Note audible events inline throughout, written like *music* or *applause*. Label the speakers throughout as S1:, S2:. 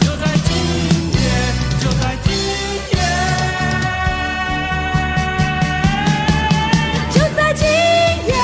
S1: 就在今夜，就在今夜，
S2: 就在今夜，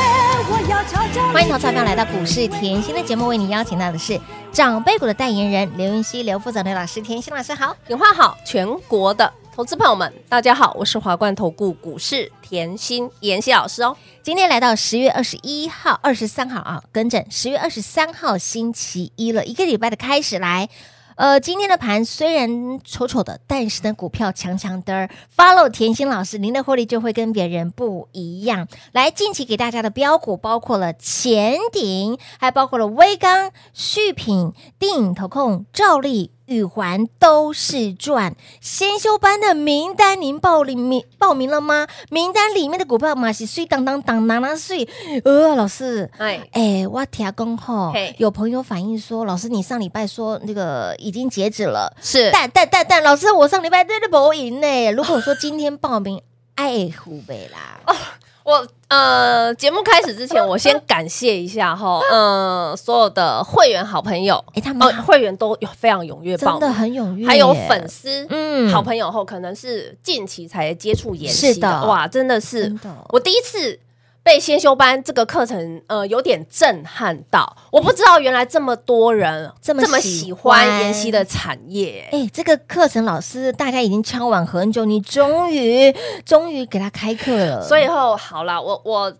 S2: 我要朝着
S3: 欢迎投资朋友来到股市甜心的节目，为你邀请到的是长辈股的代言人刘云熙、刘副总、刘老师、甜心老师好。
S2: 有话好，全国的投资朋友们，大家好，我是华冠投顾股市甜心妍希老师哦。
S3: 今天来到十月二十一号、二十三号啊，更正，十月二十三号星期一了，一个礼拜的开始来。呃，今天的盘虽然丑丑的，但是呢，股票强强的儿。Follow 甜心老师，您的获利就会跟别人不一样。来，近期给大家的标股包括了前鼎，还包括了威刚、旭品、电影投控、兆利。宇环都是赚，先修班的名单您报名名报名了吗？名单里面的股票嘛是碎当当当当当碎，呃，老师，
S2: 哎，
S3: 哎，我听公吼
S2: 嘿，
S3: 有朋友反映说，老师你上礼拜说那个已经截止了，
S2: 是
S3: 但但但但，老师我上礼拜真的没赢呢。如果说今天报名，爱湖北啦，
S2: 哦我呃，节目开始之前，我先感谢一 *laughs* 下哈，嗯、所有的会员好朋友，
S3: 哎他们
S2: 哦，会员都有非常踊跃报
S3: 真
S2: 名
S3: 的，很踊跃耶，
S2: 还有粉丝，
S3: 嗯
S2: 好朋友后，可能是近期才接触研习
S3: 是的
S2: 哇，真的是
S3: 真的
S2: 我第一次。被先修班这个课程，呃，有点震撼到。我不知道原来这么多人
S3: *laughs* 这么
S2: 喜
S3: 喜
S2: 欢
S3: 欢
S2: 研习的产业、
S3: 哎、这个课程老师大家已经敲碗很久，你终于终于给他开课了，
S2: 所以后好啦，我我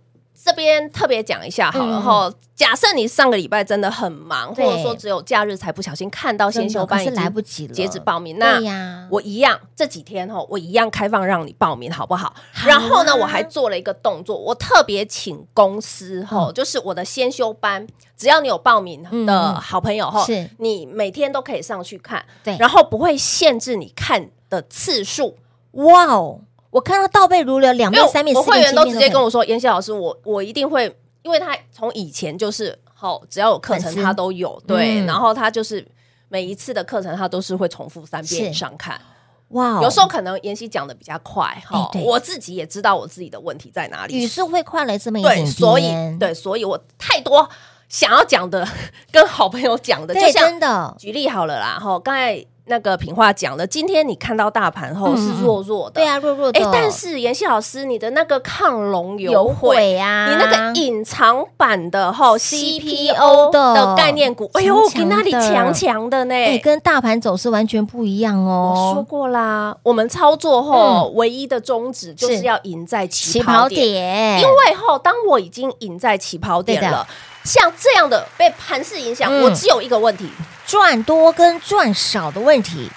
S2: 这边特别讲一下好了
S3: 嗯
S2: 后、假设你上个礼拜真的很忙，或
S3: 对
S2: 者说只有假日才不小心看到先
S3: 真的
S2: 修班，
S3: 可是来不及了，
S2: 截止报名。那
S3: 对呀，
S2: 我一样这几天哈，我一样开放让你报名，好不好？
S3: 好啊
S2: 然后呢，我还做了一个动作，我特别请公司哈，
S3: 嗯
S2: 就是我的先修班，只要你有报名的
S3: 嗯
S2: 好朋友哈，
S3: 是
S2: 你每天都可以上去看，
S3: 对
S2: 然后不会限制你看的次数，
S3: 哇哦，我看到倒背如流，两
S2: 因
S3: 面
S2: 为
S3: 三面
S2: 我
S3: 四面
S2: 会员都直接
S3: 七面
S2: 跟
S3: 可以
S2: 我说，妍希老师，我我一定会，因为他从以前就是好、只要有课程
S3: 粉丝
S2: 他都有对，
S3: 嗯
S2: 然后他就是每一次的课程他都是会重复三遍以
S3: 是
S2: 上看，
S3: 哇哦，
S2: 有时候可能妍希讲的比较快哈、
S3: 哎对
S2: 我自己也知道我自己的问题在哪里，
S3: 语速会快了这么一点
S2: 对，
S3: 点，
S2: 所以对，所以我太多想要讲的跟好朋友讲的，就
S3: 对，
S2: 像
S3: 真的
S2: 举例好了啦，哈，刚才那个品话讲了，今天你看到大盘后
S3: 嗯
S2: 是
S3: 嗯
S2: 弱弱的，
S3: 对啊，弱弱的，
S2: 哎、但是妍希老师，你的那个抗龙有
S3: 有
S2: 悔。
S3: 悔啊，
S2: 你那个隐藏版的哈 CPO
S3: 的
S2: 的概念股，哎呦，
S3: 强
S2: 我
S3: 强
S2: 跟那里
S3: 的
S2: 强强的呢。
S3: 哎、跟大盘走势完全不一样
S2: 我说
S3: 哦。嗯
S2: 过啦，我们操作后唯一的宗旨就是
S3: 是
S2: 要赢在起
S3: 起
S2: 跑
S3: 跑
S2: 点，
S3: 点，
S2: 因为后当我已经赢在起跑点
S3: 对的
S2: 了，像这样的被盘势影响，
S3: 嗯
S2: 我只有一个问题，
S3: 赚多跟赚少的问题，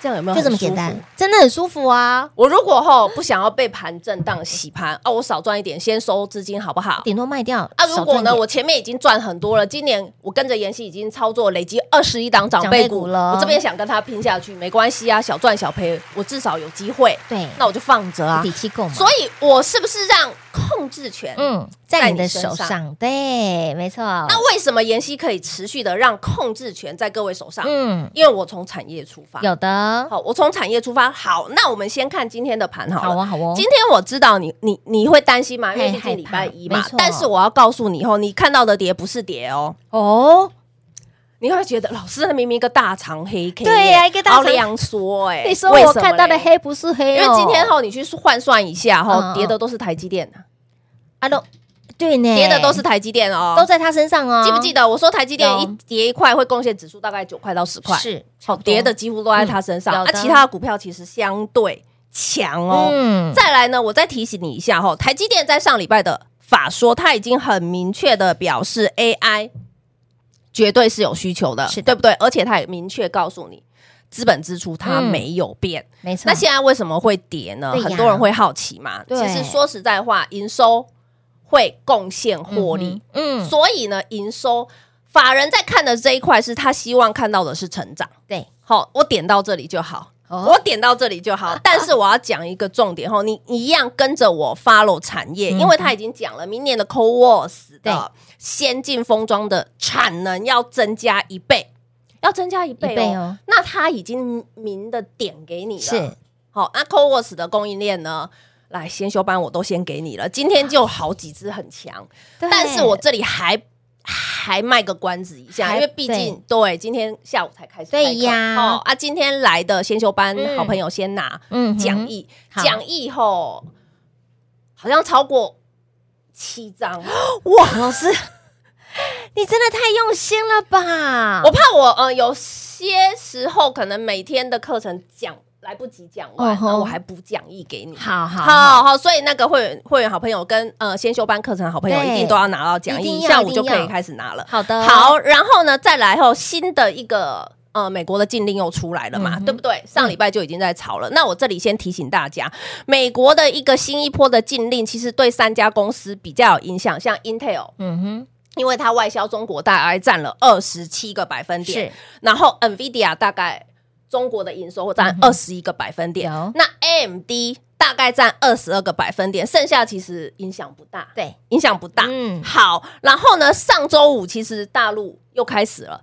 S2: 这样有没有
S3: 就这么
S2: 很舒
S3: 简
S2: 服
S3: 单？，真的很舒服啊。
S2: 我如果后不想要被盘震荡洗盘啊，我少赚一点，先收资金好不好？
S3: 顶多卖掉
S2: 啊，如果呢，
S3: 少赚一点
S2: 我前面已经赚很多了，今年我跟着妍希已经操作累积二十一档长辈
S3: 长辈
S2: 股
S3: 股了
S2: 我这边想跟他拼下去，没关系啊，小赚小赔，我至少有机会，
S3: 对
S2: 那我就放着啊
S3: 底。气够嘛，
S2: 所以，我是不是让控制权？
S3: 嗯，
S2: 在
S3: 在你
S2: 你
S3: 的
S2: 身
S3: 手
S2: 上
S3: 上，对，没错。
S2: 那为什么妍希可以持续的让控制权在各位手上？
S3: 嗯，
S2: 因为我从产业出发。
S3: 有的，
S2: 好，我从产业出发。好，那我们先看今天的盘好了。
S3: 好哦，好哦
S2: 今，天我知道你你你会担心嘛，因为
S3: 嘿
S2: 毕竟礼拜一嘛
S3: 害怕没。错
S2: 但是我要告诉你哦，你看到的跌不是跌哦，
S3: 哦，
S2: 你会觉得老师那明明一个大长黑 K，
S3: 对呀一个大长
S2: 好两说哎、
S3: 你说
S2: 为
S3: 我
S2: 什么
S3: 看到的
S2: 嘞。
S3: 黑不是黑
S2: 因
S3: 哦，
S2: 为今天哈，你去换算一下哈，
S3: 嗯嗯
S2: 跌的都是台积电啊，
S3: 啊都对呢，
S2: 跌的都是台积电哦，
S3: 都在他身上哦，
S2: 记不记得我说台积电
S3: 有
S2: 一跌一块会贡献指数大概九块到十块，
S3: 是
S2: 好跌的几乎都在它身上，
S3: 嗯有
S2: 那
S3: 的
S2: 其他的股票其实相对强哦，
S3: 嗯，
S2: 再来呢，我再提醒你一下哈，台积电在上礼拜的法说，它已经很明确的表示 AI 绝对是有需求的，
S3: 是的
S2: 对不对？而且它也明确告诉你，资本支出它
S3: 嗯
S2: 没有变。
S3: 没错，
S2: 那现在为什么会跌呢？
S3: 对呀
S2: 很多人会好奇嘛。
S3: 对
S2: 其实说实在话，营收会贡献获利，
S3: 嗯，
S2: 所以呢，营收法人在看的这一块是他希望看到的是成长。
S3: 对，
S2: 好，我点到这里就好。
S3: 哦
S2: 我点到这里就 *laughs* 好。但是我要讲一个重点哈，你你一样跟着我 follow 产业，因为他已经讲了，明年的 CoWoS 的先进封装的产能要增加一倍，要增加一倍
S3: 一倍
S2: 哦
S3: 哦。
S2: 那他已经明的点给你了，
S3: 是
S2: 好，那 CoWoS 的供应链呢？来，先修班我都先给你了，今天就好几只很强，
S3: 对
S2: 但是我这里还还卖个关子一下，
S3: 还
S2: 因为毕竟对今天下午才开始开课，
S3: 对呀
S2: 哦啊，今天来的先修班
S3: 嗯
S2: 好朋友先拿
S3: 嗯哼
S2: 讲义，
S3: 好
S2: 讲义吼，好像超过七
S3: *gasps*
S2: 张，
S3: 哇，老师， *laughs* 你真的太用心了吧？
S2: 我怕我呃有些时候可能每天的课程讲来不及讲完，
S3: 哦吼
S2: 那我还补讲义给你，
S3: 好好
S2: 好好，所以那个会员会员好朋友跟呃先修班课程好朋友
S3: 对
S2: 一定都要拿到讲
S3: 一
S2: 义，
S3: 定要
S2: 下午就
S3: 一定
S2: 可
S3: 要
S2: 以开始拿了。
S3: 好的，
S2: 好，然后呢，再来后新的一个。呃，美国的禁令又出来了
S3: 嗯
S2: 嘛，对不对？上礼拜就已经在吵了。那我这里先提醒大家，美国的一个新一波的禁令，其实对三家公司比较有影响，像 Intel，
S3: 嗯哼，
S2: 因为它外销中国大概占了二十七个百分点
S3: 是，
S2: 然后 NVIDIA 大概中国的营收会占二十一个百分点，
S3: 嗯有
S2: 那 AMD 大概占二十二个百分点，剩下其实影响不大，
S3: 对，
S2: 影响不大。
S3: 嗯，
S2: 好，然后呢，上周五其实大陆又开始了，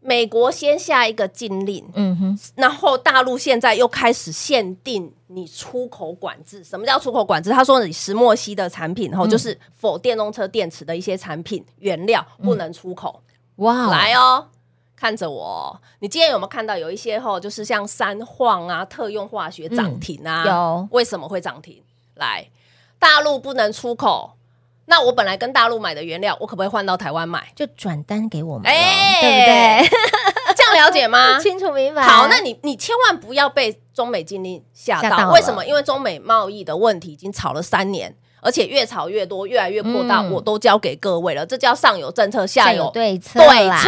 S2: 美国先下一个禁令，
S3: 嗯哼，
S2: 然后大陆现在又开始限定你出口管制。什么叫出口管制？他说你石墨烯的产品，然后就是否电动车电池的一些产品原料不能出口。
S3: 哇，
S2: 来哦，看着我哦、你今天有没有看到有一些吼，就是像三晃啊、特用化学涨停啊？
S3: 嗯有
S2: 为什么会涨停？来，大陆不能出口，那我本来跟大陆买的原料，我可不可以换到台湾
S3: *laughs*
S2: 买？
S3: 就转单给我们了，
S2: 哎
S3: 对不
S2: 这样了解吗
S3: 对？？ *laughs* 清楚明
S2: *laughs*
S3: 白。
S2: 好，那你你千万不要被中美禁令吓
S3: 吓
S2: 到，
S3: 到了
S2: 为什么？因为中美贸易的问题已经吵了三年，而且越吵越多，越来越扩大，
S3: 嗯
S2: 我都交给各位了。这叫上有政策，下
S3: 下
S2: 有
S3: 有对策
S2: 对
S3: 啦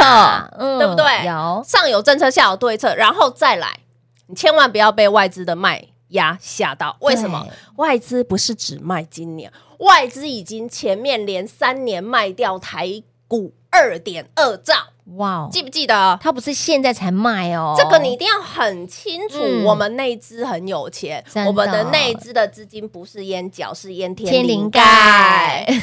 S2: 策
S3: 嗯
S2: 对不对
S3: 有，
S2: 上有政策，下有对策，然后再来，你千万不要被外资的卖压吓到。为什么
S3: 对？
S2: 外资不是只卖今年，外资已经前面连三年卖掉台股二点二兆，
S3: 哇哦，
S2: 记不记得？
S3: 他不是现在才卖哦，
S2: 这个你一定要很清楚，
S3: 嗯
S2: 我们内资很有钱，
S3: 真的
S2: 我们的内资的资金不是淹脚，是淹天
S3: 天
S2: 灵
S3: 灵
S2: 盖
S3: 盖。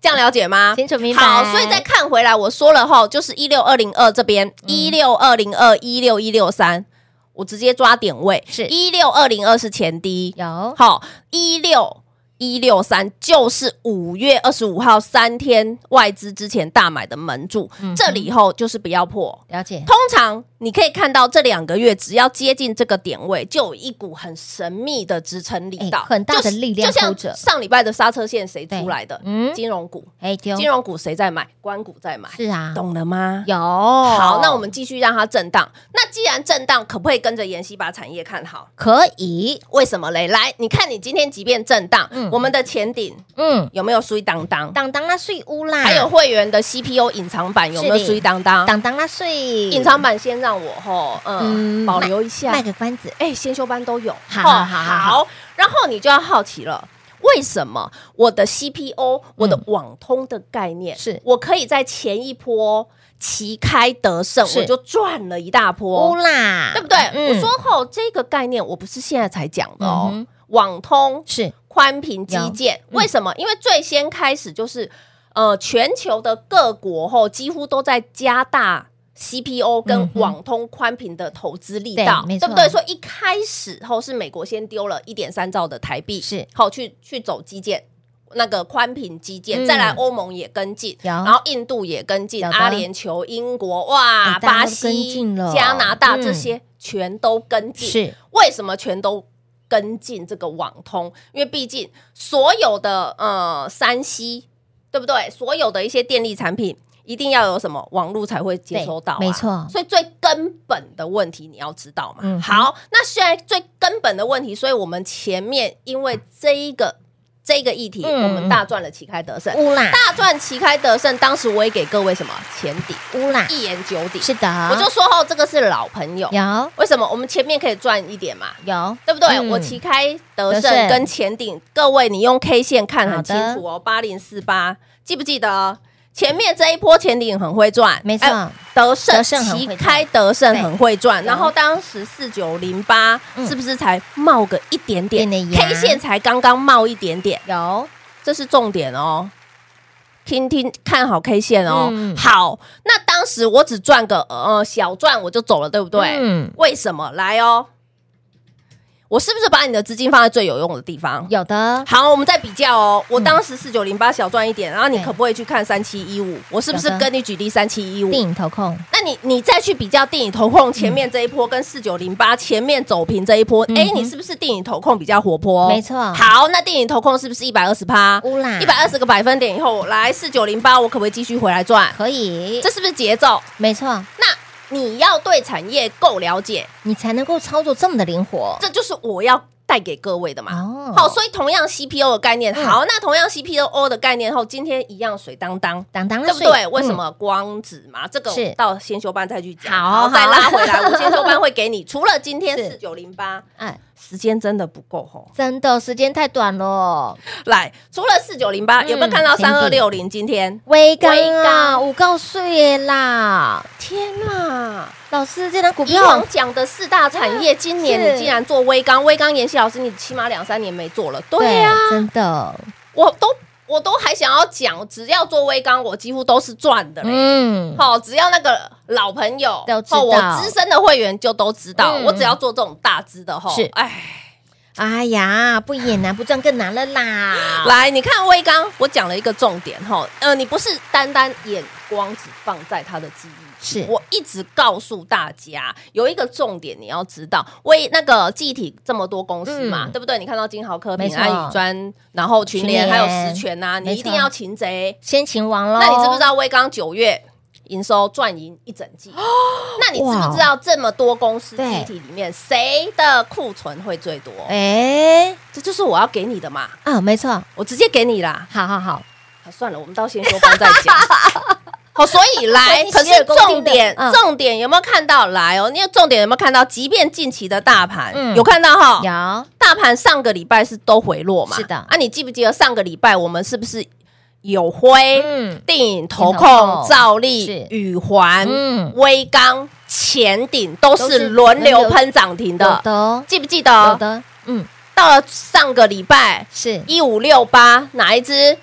S2: 这样了解吗？
S3: 清楚明白。
S2: 好，所以再看回来，我说了哈，就是一六二零二这边，
S3: 嗯
S2: 一六二零二、一六一六三，我直接抓点位，
S3: 是
S2: 一六二零二是前低，
S3: 有
S2: 好，一六一六三就是五月二十五号三天外资之前大买的门柱，
S3: 嗯
S2: 这里后就是不要破。
S3: 了解，
S2: 通常你可以看到这两个月，只要接近这个点位，就有一股很神秘的支撑力道，
S3: 哎很大的
S2: 就是
S3: 力量
S2: 就像
S3: 勾着
S2: 上礼拜的刹车线谁
S3: 对
S2: 出来的？
S3: 嗯
S2: 金融股。
S3: 哎，丢
S2: 金融股谁在买？关股在买，
S3: 是啊，
S2: 懂了吗？
S3: 有
S2: 好
S3: 好，
S2: 那我们继续让它震荡。那既然震荡，可不可以跟着妍希把产业看好？
S3: 可以，
S2: 为什么嘞？来，你看你今天即便震荡，
S3: 嗯
S2: 我们的前顶
S3: 嗯，
S2: 有没有碎当当？
S3: 当当那碎屋啦，
S2: 还有会员的 CPU 隐藏版有没有
S3: 是的
S2: 碎当当？
S3: 当当那碎
S2: 隐藏版先让我吼，嗯，
S3: 嗯
S2: 保留一下
S3: 卖。个关子，
S2: 哎，先修班都有，
S3: 好
S2: 吼
S3: 好好好
S2: 好。然后你就要好奇了。为什么我的 CPO，我的网通的概念
S3: 嗯是
S2: 我可以在前一波旗开得胜，
S3: 是
S2: 我就赚了一大
S3: 屋
S2: 波，
S3: 啦，
S2: 对不对？
S3: 嗯
S2: 我说吼，这个概念我不是现在才讲的哦，
S3: 嗯
S2: 网通
S3: 是
S2: 宽频基建，
S3: 嗯
S2: 为什么？因为最先开始就是呃，全球的各国后几乎都在加大 CPO 跟
S3: 嗯哼
S2: 网通宽频的投资力道，
S3: 对没
S2: 对
S3: 错
S2: 不对？所以一开始后是美国先丢了一点三兆的台币，
S3: 是
S2: 后去去走基建。那个宽频基建，
S3: 嗯
S2: 再来欧盟也跟进，
S3: 有
S2: 然后印度也跟进，
S3: 有的
S2: 阿联酋、英国、哇，
S3: 哎大
S2: 巴
S3: 家都跟
S2: 西
S3: 进、了
S2: 加拿大
S3: 嗯
S2: 这些全都跟进，
S3: 是
S2: 为什么全都跟进这个网通？因为毕竟所有的呃三 C，对不对？所有的一些电力产品。一定要有什么网络才会接收到、啊，
S3: 对没错
S2: 所以最根本的问题你要知道嘛。
S3: 嗯
S2: 好，那现在最根本的问题，所以我们前面因为这一个这一个议题，
S3: 嗯
S2: 我们大赚了旗开得胜，
S3: 屋啦
S2: 大赚旗开得胜。当时我也给各位什么前底，
S3: 屋啦，
S2: 一言九鼎，
S3: 是的，
S2: 我就说哦，这个是老朋友。
S3: 有
S2: 为什么我们前面可以赚一点嘛？
S3: 有
S2: 对不对？
S3: 嗯
S2: 我旗开得
S3: 得
S2: 胜
S3: 胜
S2: 跟前顶，各位你用 K 线看很
S3: 好
S2: 清
S3: 的
S2: 楚哦，八零四八记不记得？前面这一波前顶很会赚，
S3: 没错
S2: 哎德胜
S3: 德胜很
S2: 旗
S3: 会赚
S2: 开德胜
S3: 对
S2: 很会赚。
S3: 有
S2: 然后当时四九零八
S3: 嗯
S2: 是不是才冒个一点点
S3: 点啊点芽
S2: ？K 线才刚刚冒一点点，
S3: 有
S2: 这是重点哦。听听看好 K 线哦，
S3: 嗯
S2: 好，那当时我只赚个呃小赚我就走了，对不对？
S3: 嗯
S2: 为什么？来哦，我是不是把你的资金放在最有用的地方？
S3: 有的，
S2: 好，我们再比较哦。我当
S3: 嗯
S2: 时四九零八小赚一点，然后你可不可以去看三七一五？我是不是
S3: 有的
S2: 跟你举例三七一五
S3: 电？影投控
S2: 那你你再去比较电影投控前面这一波跟四九零八前面走平这一波，
S3: 嗯
S2: 哎、
S3: 哼
S2: 你是不是电影投控比较活泼？
S3: 没错
S2: 哦
S3: 嗯
S2: 好，那电影投控是不是一百二十趴？
S3: 乌啦
S2: 一百二十个百分点以后，来四九零八，我可不可以继续回来赚？
S3: 可以，
S2: 这是不是节奏？
S3: 没错，
S2: 那你要对产业够了解，
S3: 你才能够操作这么的灵活。
S2: 这就是我要带给各位的嘛。
S3: 哦嗯
S2: 好，所以同样 CPU 的概念，好，那同样 CPU 的概念后，今天一样水当当。
S3: 当当
S2: 对不
S3: 水
S2: 对？为
S3: 嗯
S2: 什么光子嘛？这个
S3: 是
S2: 到先修班再去讲，
S3: 好
S2: 然后再
S3: 好
S2: 拉回来。我先修班会给你，除了今天
S3: *laughs* 是嗯
S2: 四九零八，
S3: 哎，
S2: 时间真的不够吼。
S3: 真的时间太短了，
S2: 来，除了四九零八，
S3: 嗯
S2: 有没有看到
S3: 前
S2: 三二
S3: 顶
S2: 六零？今天
S3: 微刚
S2: 微
S3: 啊，
S2: 刚
S3: 五告岁耶啦！
S2: 天哪！
S3: 老师，这张股
S2: 以往
S3: 票
S2: 讲的四大产业，今
S3: 是
S2: 年你竟然做微刚，微刚妍希老师，你起码两三年没做了。对啊呀、
S3: 真的，
S2: 我都我都还想要讲，只要做微刚，我几乎都是赚的嘞。
S3: 嗯，
S2: 好、只要那个老朋友，
S3: 都知道
S2: 哦我资深的会员就都知道，
S3: 嗯
S2: 我只要做这种大资的吼，
S3: 是
S2: 哎，
S3: 哎呀，不演啊难不赚更难了啦。
S2: 来，你看威刚，我讲了一个重点吼，呃，你不是单单眼光只放在他的记忆。
S3: 是
S2: 我一直告诉大家，有一个重点你要知道，威那个记忆体这么多公司嘛，
S3: 嗯
S2: 对不对？你看到金豪科、
S3: 没
S2: 平
S3: 错
S2: 安宇专，然后群联
S3: 群联
S2: 还有实权呐、你一定
S3: 没错
S2: 要擒贼。
S3: 先秦王喽，
S2: 那你知不知？道威刚九月营收赚赢一整
S3: *gasps*
S2: 季？那你知不知道这么多公司
S3: 对
S2: 集体里面谁的库存会最多？
S3: 哎，
S2: 这就是我要给你的嘛，
S3: 啊，没错，
S2: 我直接给你啦。
S3: 好好好，
S2: 啊算了，我们到先修班再
S3: *laughs*
S2: 讲。好，所以来，
S3: 你洗
S2: 可是
S3: 耳恭听
S2: 重
S3: 的
S2: 点，
S3: 嗯
S2: 重点有没有看到？来哦，因为重点有没有看到？即便近期的大盘、
S3: 嗯
S2: 有看到哈，
S3: 有
S2: 大盘上个礼拜是都回落嘛？
S3: 是的
S2: 啊，你记不记得上个礼拜我们是不是有灰？
S3: 嗯
S2: 电影投
S3: 电影投
S2: 控
S3: 控、
S2: 兆
S3: 是
S2: 力、宇环、
S3: 嗯
S2: 微刚、前顶都
S3: 都是
S2: 是轮
S3: 轮
S2: 流
S3: 流
S2: 喷涨停
S3: 有
S2: 的，
S3: 的
S2: 记不记
S3: 有
S2: 得？
S3: 的，嗯，
S2: 到了上个礼拜
S3: 是
S2: 一五六八哪一只？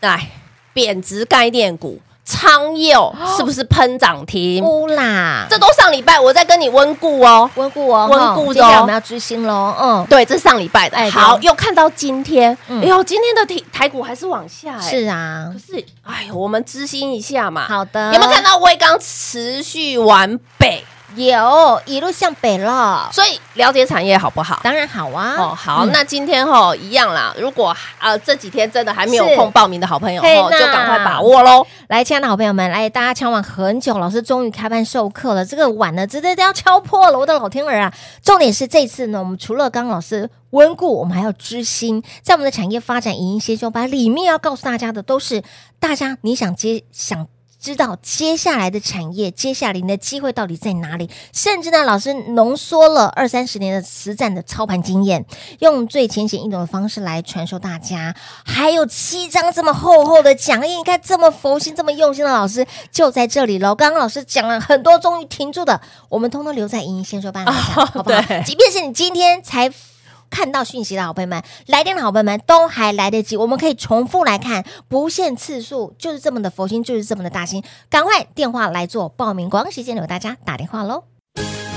S2: 来，贬值概念股昌
S3: *gasps*
S2: 佑是不是喷涨停？
S3: 乌啦，
S2: 这都上礼拜我在跟你温故哦。
S3: 温故哦，
S2: 温故的哦
S3: 吼接下来我们要追星喽，嗯，
S2: 对，这是上礼拜的。
S3: 哎
S2: 好，
S3: 对
S2: 又看到今天，
S3: 嗯
S2: 哎呦，今天的台台股还是往下哎。
S3: 是啊
S2: 可，是，哎呦，我们知心一下嘛。
S3: 好的，
S2: 有没有看？到威刚持续完备？
S3: 有，一路向北了，
S2: 所以了解产业好不好？
S3: 当然好啊，
S2: 哦，好，
S3: 嗯
S2: 那今天吼一样啦。如果呃这几天真的还没有
S3: 是
S2: 空报名的好朋友
S3: 嘿
S2: 吼，
S3: 那
S2: 就赶快把握喽。
S3: 来，亲爱的好朋友们，来，大家敲碗很久，老师终于开班授课了。这个碗呢，真的都要敲破了，我的老天儿啊！重点是这次呢，我们除了刚刚老师温故，我们还要知心，在我们的产业发展影音先修班里面要告诉大家的，都是大家你想接想。知道接下来的产业，接下来你的机会到底在哪里？甚至呢，老师浓缩了二三十年的实战的操盘经验，用最浅显易懂的方式来传授大家。还有七张这么厚厚的讲义，你看这么佛心、这么用心的老师就在这里喽。刚刚老师讲了很多，终于停住的，我们通通留在莹莹先说班来讲，好不好？
S2: 对
S3: 即便是你今天才。看到讯息的好朋友们，来电的好朋友们都还来得及，我们可以重复来看，不限次数，就是这么的佛心，就是这么的大心，赶快电话来做报名，光时间留大家打电话喽。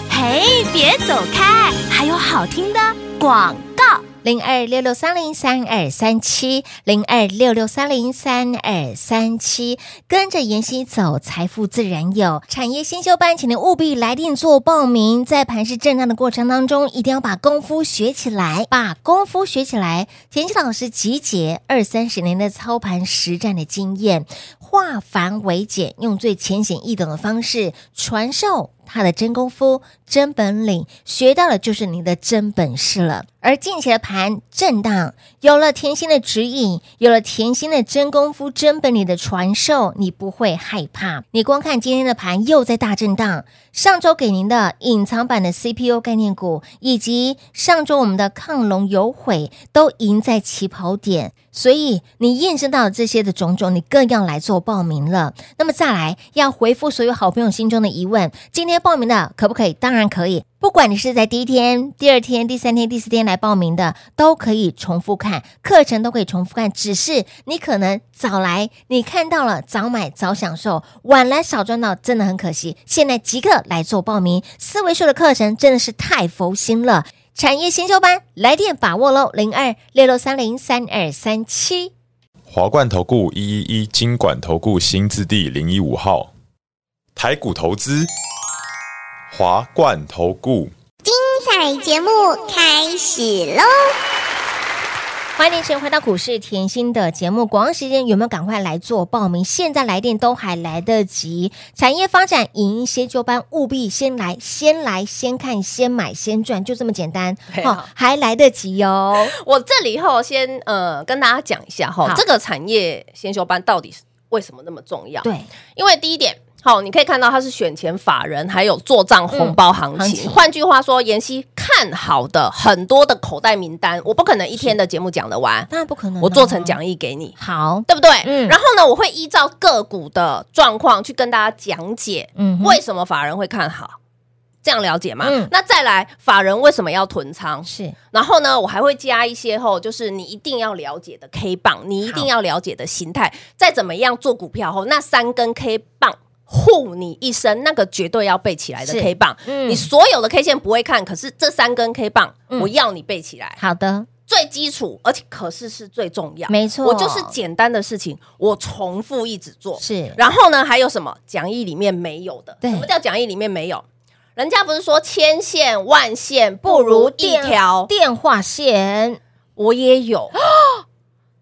S4: 嘿，别走开，还有好听的广告。
S3: 零二六六三零三二三七，零二六六三零三二三七，跟着妍希走，财富自然有。产业先修班，请您务必来电做报名。在盘市震荡的过程当中，一定要把功夫学起来，把功夫学起来。田心老师集结二三十年的操盘实战的经验，化繁为简，用最浅显易懂的方式传授。他的真功夫、真本领，学到的就是您的真本事了。而近期的盘震荡，有了甜心的指引，有了甜心的真功夫、真本领的传授，你不会害怕。你光看今天的盘又在大震荡，上周给您的隐藏版的 CPU 概念股，以及上周我们的抗龙有悔，都赢在起跑点。所以你验证到这些的种种，你更要来做报名了。那么再来，要回复所有好朋友心中的疑问：今天报名的可不可以？当然可以。不管你是在第一天、第二天、第三天、第四天来报名的，都可以重复看课程，都可以重复看。只是你可能早来，你看到了早买早享受，晚来少赚到，真的很可惜。现在即刻来做报名，四位数的课程真的是太佛心了。产业先修班，来电把握喽，零二六六三零三二三七。
S5: 华冠投顾一一一金管投顾新字第零一五号，台股投资，华冠投顾。
S6: 彩节目开始喽！
S3: 欢迎您回到股市甜心的节目，广告时间有没有赶快来做报名？现在来电都还来得及。产业发展影音先修班，务必先来，先来，先看，先买，先赚，就这么简单。
S2: 对啊
S3: 还来得及哦。
S2: 我这里哈先呃跟大家讲一下哈
S3: 好，
S2: 这个产业先修班到底是为什么那么重要？
S3: 对，
S2: 因为第一点，好、你可以看到它是选前法人还有做账红包行
S3: 行
S2: 情。
S3: 情
S2: 换句话说，妍希看好的很多的口袋名单，我不可能一天的节目讲得完，
S3: 当然不可能啊、
S2: 我做成讲义给你。
S3: 好，
S2: 对不对？
S3: 嗯
S2: 然后呢，我会依照个股的状况去跟大家讲解，
S3: 嗯哼
S2: 为什么法人会看好，这样了解吗？
S3: 嗯
S2: 那再来，法人为什么要囤仓？
S3: 是
S2: 然后呢，我还会加一些后，就是你一定要了解的 K 棒，你一定要了解的心态，再怎么样做股票后，那三根 K 棒护你一生，那个绝对要背起来的
S3: 是
S2: K 棒。
S3: 嗯
S2: 你所有的 K 线不会看，可是这三根 K 棒，
S3: 嗯
S2: 我要你背起来，
S3: 好的，
S2: 最基础，而且可是是最重要。
S3: 没错
S2: 我就是简单的事情，我重复一直做。
S3: 是
S2: 然后呢，还有什么讲义里面没有的？
S3: 对
S2: 什么叫讲义里面没有？人家不是说千线万线不如一条，
S3: 电话线，
S2: 我也
S3: *gasps*
S2: 有，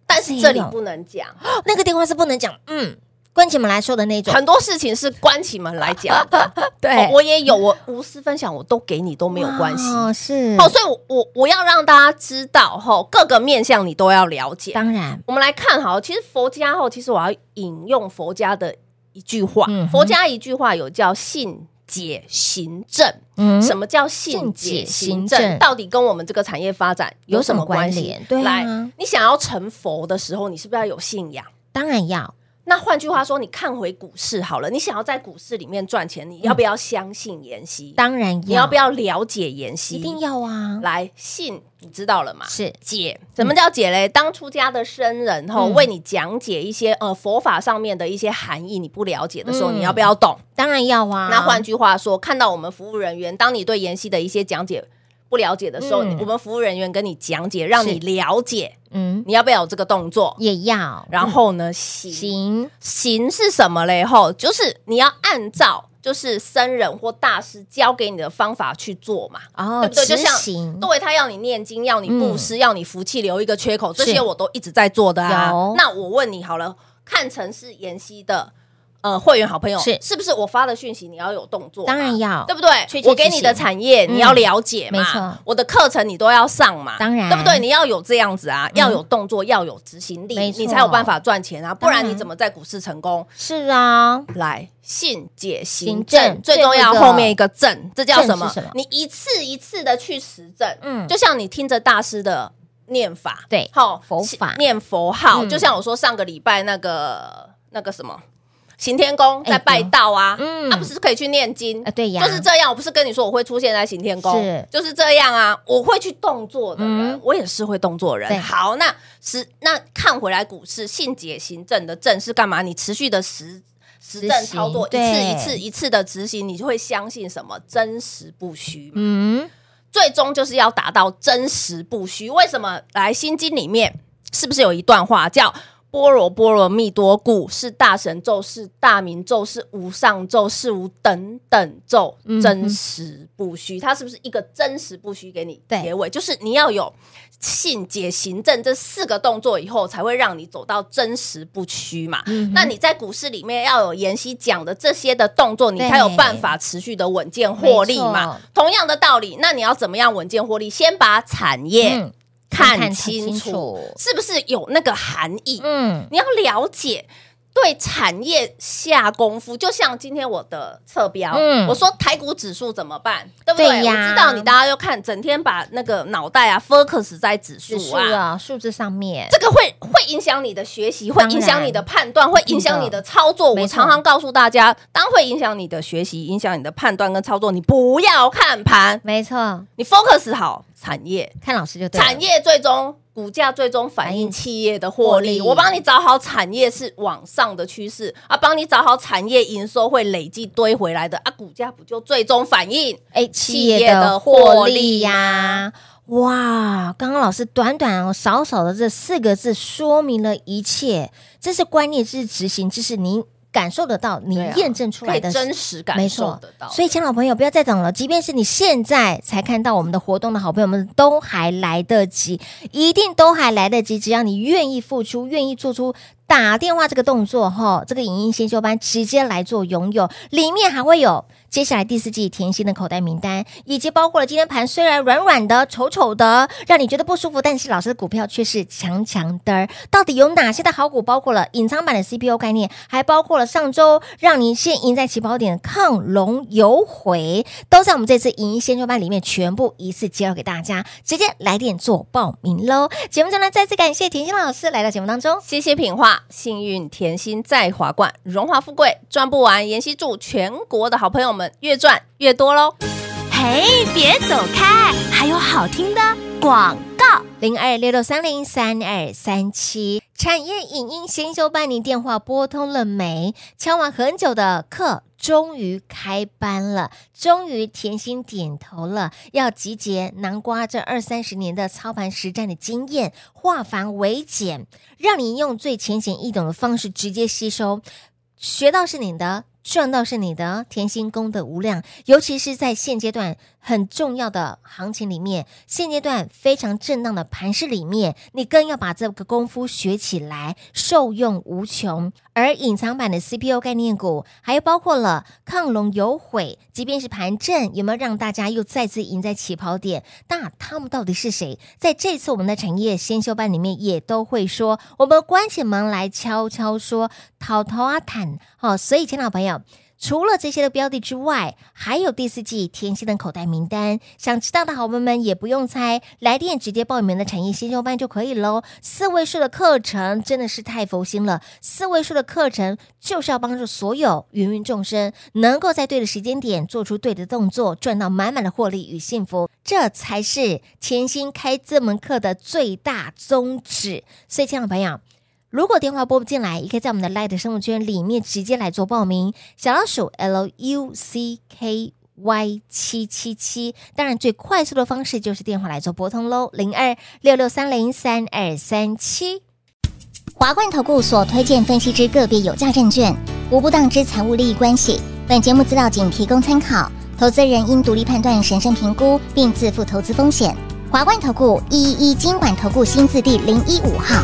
S2: 但是这里不能讲，
S3: 那个电话是不能讲，嗯，关起门来说的那种。
S2: 很多事情是关起门来讲
S3: *laughs*
S2: 的。
S3: 哎
S2: 哦我也有，我无私分享，我都给你都没有关系。
S3: 哦，是，
S2: 好，所以我我我要让大家知道，吼，各个面向你都要了解。
S3: 当然，
S2: 我们来看好，其实佛家后，其实我要引用佛家的一句话，
S3: 嗯哼
S2: 佛家一句话有叫信。解行正，
S3: 嗯
S2: 什么叫信
S3: 信解
S2: 解
S3: 行
S2: 行
S3: 正
S2: 正？到底跟我们这个产业发展有什么关
S3: 有什么
S2: 系
S3: 关联？对啊
S2: 来，你想要成佛的时候，你是不是要有信仰？
S3: 当然要，
S2: 那换句话说，你看回股市好了，你想要在股市里面赚钱，你要不要相信妍希？
S3: 嗯当然要，
S2: 你要不？要了解妍希？
S3: 一定要啊，
S2: 来信，你知道了吗？
S3: 是
S2: 解，什么叫解嘞？当出家的僧人吼，
S3: 嗯
S2: 为你讲解一些呃佛法上面的一些含义，你不了解的时候，
S3: 嗯
S2: 你要不要懂？
S3: 当然要啊。
S2: 那换句话说，看到我们服务人员，当你对妍希的一些讲解不了解的时候，
S3: 嗯
S2: 我们服务人员跟你讲解，让
S3: 是
S2: 你了解，
S3: 嗯，
S2: 你要不要有这个动作？
S3: 也要，
S2: 然后呢，行
S3: 嗯行，
S2: 行是什么嘞？吼，就是你要按照就是僧人或大师教给你的方法去做嘛。
S3: 哦，
S2: 对不对？就
S3: 执
S2: 像
S3: 行，
S2: 对他要你念经，要你布施，要你福气留一个缺口，这
S3: 嗯是
S2: 些我都一直在做的啊
S3: 有。
S2: 那我问你好了，看成是妍希的呃会员好朋友，
S3: 是
S2: 是不是我发的讯息你要有动作嘛？
S3: 当然要
S2: 对不对
S3: 确切？
S2: 我给你的
S3: 执行
S2: 产业你要了解嘛，
S3: 没错
S2: 我的课程你都要上嘛，
S3: 当然嗯
S2: 对不对？你要有这样子啊，要有动作，要有执行力，
S3: 没错
S2: 你才有办法赚钱啊，不
S3: 当然
S2: 然你怎么在股市成功？
S3: 是啊，
S2: 来信解
S3: 行
S2: 行
S3: 正
S2: 正，最重要
S3: 最后一个
S2: 后面一个正，这叫什
S3: 正
S2: 么
S3: 是什么？
S2: 你一次一次的去实证，
S3: 嗯
S2: 嗯，就像你听着大师的念法，
S3: 对
S2: 好
S3: 佛法
S2: 念佛号，
S3: 嗯
S2: 就像我说上个礼拜那个那个什么。行天宫在拜道啊，
S3: 嗯
S2: 嗯，啊不是可以去念经
S3: 啊对呀
S2: 就是这样。我不是跟你说我会出现在行天宫，
S3: 是
S2: 就是这样啊。我会去动作的人，
S3: 嗯
S2: 我也是会动作的
S3: 对
S2: 人。好，那实那看回来股市信解行政的政是干嘛？你持续的实实
S3: 执
S2: 证
S3: 行
S2: 操作一次
S3: 对
S2: 一次一次的执行，你就会相信什么真实不虚嘛。
S3: 嗯，
S2: 最终就是要达到真实不虚。为什么？来《心经》里面是不是有一段话叫般若波罗蜜多故，是大神咒，是大明咒，是无上咒，是无等等咒，
S3: 嗯
S2: 真实不虚。它是不是一个真实不虚给你
S3: 对
S2: 结尾？就是你要有信、解、行、证这四个动作以后，才会让你走到真实不虚嘛。
S3: 嗯
S2: 那你在股市里面要有妍希讲的这些的动作，你
S3: 对
S2: 才有办法持续的稳健获利嘛
S3: 没错。
S2: 同样的道理，那你要怎么样稳健获利？先把产业
S3: 嗯
S2: 看
S3: 看
S2: 清
S3: 清
S2: 楚
S3: 楚，
S2: 是不是有那个含义？
S3: 嗯，
S2: 你要了解。对产业下功夫，就像今天我的侧标，
S3: 嗯
S2: 我说台股指数怎么办，对不对？
S3: 对呀
S2: 我知道你大家要看，整天把那个脑袋啊 focus 在指数
S3: 指数
S2: 啊，
S3: 啊，数字上面，
S2: 这个会会影响你的学习，会
S3: 当然
S2: 影响你的判断，会影响你的操作。
S3: 没
S2: 我
S3: 错
S2: 常常告诉大家，当会影响你的学习、影响你的判断跟操作，你不要看盘，
S3: 没错，
S2: 你 focus 好产业，
S3: 看老师就对了。
S2: 产业最终股价最终反映企业的获利。
S3: 获利
S2: 我帮你找好产业是往上的趋势啊，帮你找好产业营收会累积堆回来的啊，股价不就最终反映？
S3: 哎，
S2: 企
S3: 企
S2: 业
S3: 业
S2: 的
S3: 的
S2: 获
S3: 获
S2: 利
S3: 利呀、哇，刚刚老师短短哦少少的这四个字说明了一切，这是观念，这是执行，这是你感受得到，你
S2: 对啊
S3: 验证出
S2: 可
S3: 来
S2: 以
S3: 的
S2: 真实感
S3: 没
S2: 受
S3: 错
S2: 得到，，
S3: 所以，亲老朋友，不要再等了。即便是你现在才看到我们的活动的好朋友们，都还来得及，一定都还来得及。只要你愿意付出，愿意做出打电话这个动作，哈，这个影音先修班直接来做拥有，里面还会有接下来第四季甜心的口袋名单，以及包括了今天盘虽然软软的、丑丑的，让你觉得不舒服，但是老师的股票却是强强的儿。到底有哪些的好股？包括了隐藏版的 CPU 概念，还包括了上周让你先赢在起跑点的抗龙游回，都在我们这次影音先修班里面全部一次揭露给大家，直接来电做报名喽！节目中呢，再次感谢甜心老师来到节目当中。
S2: 谢谢品画，幸运甜心在华冠，荣华富贵赚不完。妍希祝全国的好朋友们越赚越多喽！
S4: 嘿，别走开，还有好听的广告。
S3: 零二六六三零三二三七产业影音先修班，您电话拨通了没？敲完很久的课，终于开班了，终于甜心点头了，要集结南瓜这二三十年的操盘实战的经验，化繁为简，让你用最浅显易懂的方式直接吸收，学到是你的。赚到是你的，甜心功德无量，尤其是在现阶段很重要的行情里面，现阶段非常震荡的盘势里面，你更要把这个功夫学起来，受用无穷。而隐藏版的 CPU 概念股，还有包括了抗龙有悔，即便是盘正，有没有让大家又再次赢在起跑点？那他们到底是谁？在这次我们的产业先修班里面，也都会说，我们关起门来悄悄说，淘淘啊坦哦。所以，亲老朋友。除了这些的标的之外，还有第四季甜心的口袋名单。想知道的好朋友们也不用猜，来电直接报名的产业先修班就可以喽。四位数的课程真的是太佛心了，四位数的课程就是要帮助所有芸芸众生能够在对的时间点做出对的动作，赚到满满的获利与幸福，这才是甜心开这门课的最大宗旨。所以，亲爱的朋友。如果电话拨不进来，也可以在我们的 Light 生活圈里面直接来做报名。小老鼠 L U C K Y 七七七，当然最快速的方式就是电话来做拨通喽，零二六六三零三二三七。
S6: 华冠投顾所推荐分析之个别有价证券，无不当之财务利益关系。本节目资料仅提供参考，投资人应独立判断、审慎评估，并自负投资风险。华冠投顾一一一金管投顾新字第零一五号。